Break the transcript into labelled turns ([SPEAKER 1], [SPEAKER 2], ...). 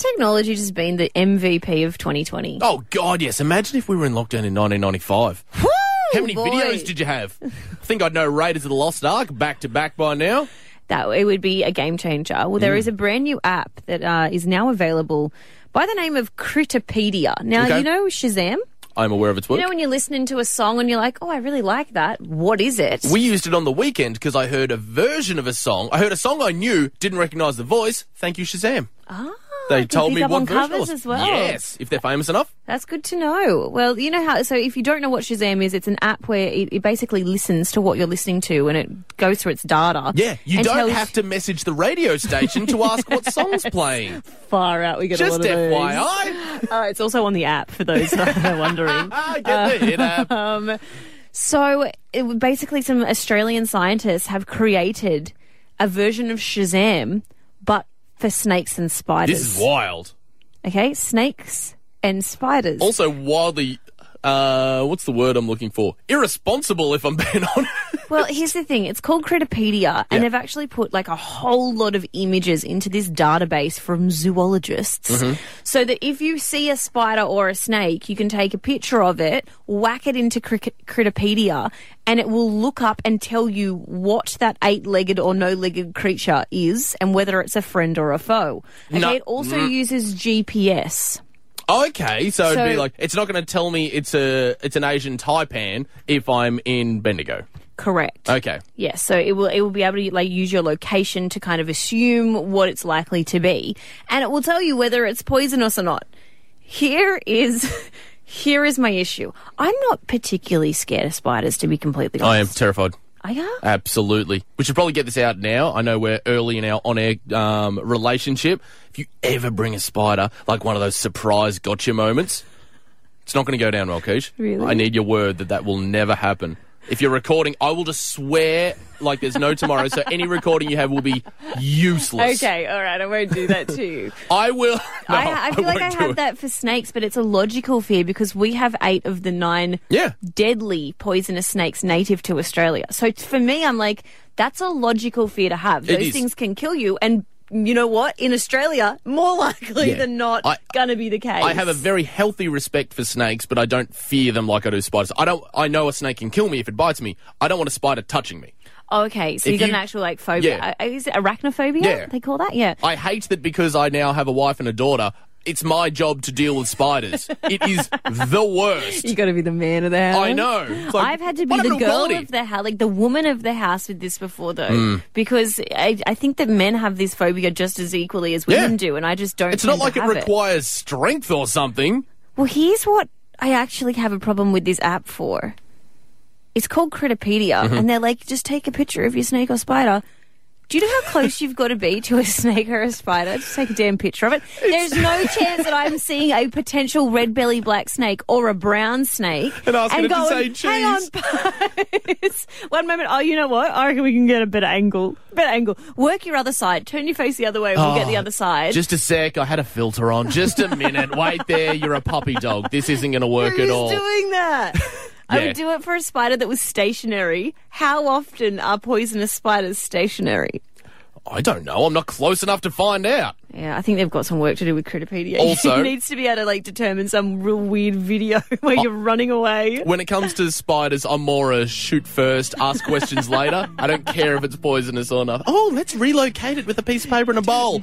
[SPEAKER 1] Technology has been the MVP of 2020.
[SPEAKER 2] Oh God, yes. Imagine if we were in lockdown in 1995.
[SPEAKER 1] Woo,
[SPEAKER 2] How many
[SPEAKER 1] Oh, boy.
[SPEAKER 2] videos did you have? I think I'd know Raiders of the Lost Ark back to back by now.
[SPEAKER 1] that it would be a game changer. Well,
[SPEAKER 2] Mm.
[SPEAKER 1] there is a brand new app that uh, is now available by the name of Critopedia. Now
[SPEAKER 2] Okay.
[SPEAKER 1] you know Shazam.
[SPEAKER 2] I'm aware of its work.
[SPEAKER 1] You know when you're listening to a song and you're like, "Oh, I really like that. What is it?"
[SPEAKER 2] we used it on the weekend because I heard a version of a song. I heard a song I knew, didn't recognise the voice. Thank you, Shazam.
[SPEAKER 1] ah,
[SPEAKER 2] They
[SPEAKER 1] pick
[SPEAKER 2] told
[SPEAKER 1] these
[SPEAKER 2] me
[SPEAKER 1] up
[SPEAKER 2] what
[SPEAKER 1] on
[SPEAKER 2] version it
[SPEAKER 1] covers
[SPEAKER 2] was.
[SPEAKER 1] as well.
[SPEAKER 2] Yes, if they're famous enough.
[SPEAKER 1] That's good to know. Well, you know how. So, if you don't know what Shazam is, it's an app where it, it basically listens to what you're listening to and it goes through its data.
[SPEAKER 2] Yeah, you
[SPEAKER 1] and
[SPEAKER 2] don't
[SPEAKER 1] tells
[SPEAKER 2] have to message the radio station to ask what song's playing.
[SPEAKER 1] far out. We get a
[SPEAKER 2] Just
[SPEAKER 1] lot of those.
[SPEAKER 2] FYI.
[SPEAKER 1] Uh, it's also on the app for those that are wondering.
[SPEAKER 2] Ah, get the hit up.
[SPEAKER 1] Um, So it, basically, some Australian scientists have created a version of Shazam, but for snakes and spiders.
[SPEAKER 2] This is wild.
[SPEAKER 1] Okay, snakes and spiders.
[SPEAKER 2] Also wildly, uh, what's the word I'm looking for? Irresponsible, if I'm being honest.
[SPEAKER 1] Well, here's the thing. It's called Critopedia, and they've actually put like a whole lot of images into this database from zoologists. So that if you see a spider or a snake, you can take a picture of it, whack it into Cri- Critopedia, and it will look up and tell you what that eight-legged or no-legged creature is and whether it's a friend or a foe. Okay,
[SPEAKER 2] No.
[SPEAKER 1] it also uses GPS.
[SPEAKER 2] Okay, so, it'd be
[SPEAKER 1] So-
[SPEAKER 2] like it's not going to tell me it's a it's an Asian taipan if I'm in Bendigo.
[SPEAKER 1] Correct.
[SPEAKER 2] Okay,
[SPEAKER 1] Yes, so it will it will be able to like use your location to kind of assume what it's likely to be, and it will tell you whether it's poisonous or not. Here is here is my issue. I'm not particularly scared of spiders, to be completely
[SPEAKER 2] I am Uh,
[SPEAKER 1] honest. I
[SPEAKER 2] terrified.
[SPEAKER 1] am. Are ya?
[SPEAKER 2] Absolutely. We should probably get this out now. I know we're early in our on air um, relationship. If you ever bring a spider, like one of those surprise gotcha moments, it's not going to go down well, Keish.
[SPEAKER 1] Really?
[SPEAKER 2] I need your word that that will never happen. If you're recording, I will just swear like there's no tomorrow, so any recording you have will be useless.
[SPEAKER 1] Okay, all right, I won't do that to you.
[SPEAKER 2] I will. No,
[SPEAKER 1] I, I feel like
[SPEAKER 2] won't
[SPEAKER 1] I
[SPEAKER 2] do
[SPEAKER 1] have
[SPEAKER 2] it.
[SPEAKER 1] that for snakes, but it's a logical fear because we have eight of the nine
[SPEAKER 2] Yeah.
[SPEAKER 1] deadly poisonous snakes native to Australia. So t- for me, I'm like, that's a logical fear to have.
[SPEAKER 2] It
[SPEAKER 1] Those
[SPEAKER 2] is.
[SPEAKER 1] things can kill you. And you know what? In Australia, more likely
[SPEAKER 2] Yeah.
[SPEAKER 1] than not,
[SPEAKER 2] I-
[SPEAKER 1] going to be the case.
[SPEAKER 2] I have a very healthy respect for snakes, but I don't fear them like I do spiders. I don't. I know a snake can kill me if it bites me. I don't want a spider touching me.
[SPEAKER 1] Oh, okay, so
[SPEAKER 2] if
[SPEAKER 1] you've got
[SPEAKER 2] you-
[SPEAKER 1] an actual like phobia.
[SPEAKER 2] Yeah.
[SPEAKER 1] Uh, Is it arachnophobia?
[SPEAKER 2] Yeah.
[SPEAKER 1] They call that? Yeah.
[SPEAKER 2] I hate that because I now have a wife and a daughter. It's my job to deal with spiders. it is the worst.
[SPEAKER 1] you got to be the man of the house.
[SPEAKER 2] I know. It's like,
[SPEAKER 1] I've had to be the
[SPEAKER 2] what happened to
[SPEAKER 1] girl
[SPEAKER 2] equality?
[SPEAKER 1] of the house, like the woman of the house with this before, though,
[SPEAKER 2] Hmm.
[SPEAKER 1] because I, I think that men have this phobia just as equally as women
[SPEAKER 2] Yeah.
[SPEAKER 1] do, and I just don't.
[SPEAKER 2] It's not
[SPEAKER 1] tend to
[SPEAKER 2] like it
[SPEAKER 1] have
[SPEAKER 2] requires strength or something.
[SPEAKER 1] Well, here's what I actually have a problem with this app for. It's called Critopedia,
[SPEAKER 2] Mm-hmm.
[SPEAKER 1] and they're like, just take a picture of your snake or spider. Do you know how close you've got to be to a snake or a spider? Just take a damn picture of it. There's no chance that I'm seeing a potential red belly black snake or a brown snake.
[SPEAKER 2] And asking it to
[SPEAKER 1] going,
[SPEAKER 2] say
[SPEAKER 1] Hang on, guys. One moment. Oh, you know what? I reckon we can get a better angle. Better angle. Work your other side. Turn your face the other way. We'll get
[SPEAKER 2] Oh,
[SPEAKER 1] the other side.
[SPEAKER 2] Just a sec. I had a filter on. Just a minute. Wait there. You're a puppy dog. This isn't going to work at
[SPEAKER 1] Who's
[SPEAKER 2] all.
[SPEAKER 1] doing that? I
[SPEAKER 2] Yeah.
[SPEAKER 1] would do it for a spider that was stationary. How often are poisonous spiders stationary?
[SPEAKER 2] I don't know. I'm not close enough to find out.
[SPEAKER 1] Yeah, I think they've got some work to do with Critopedia.
[SPEAKER 2] Also-
[SPEAKER 1] it needs to be able to like determine some real weird video
[SPEAKER 2] Oh.
[SPEAKER 1] where you're running away.
[SPEAKER 2] When it comes to spiders, I'm more a shoot first, ask questions later. I don't care if it's poisonous or not. Oh, let's relocate it with a piece of paper and a bowl.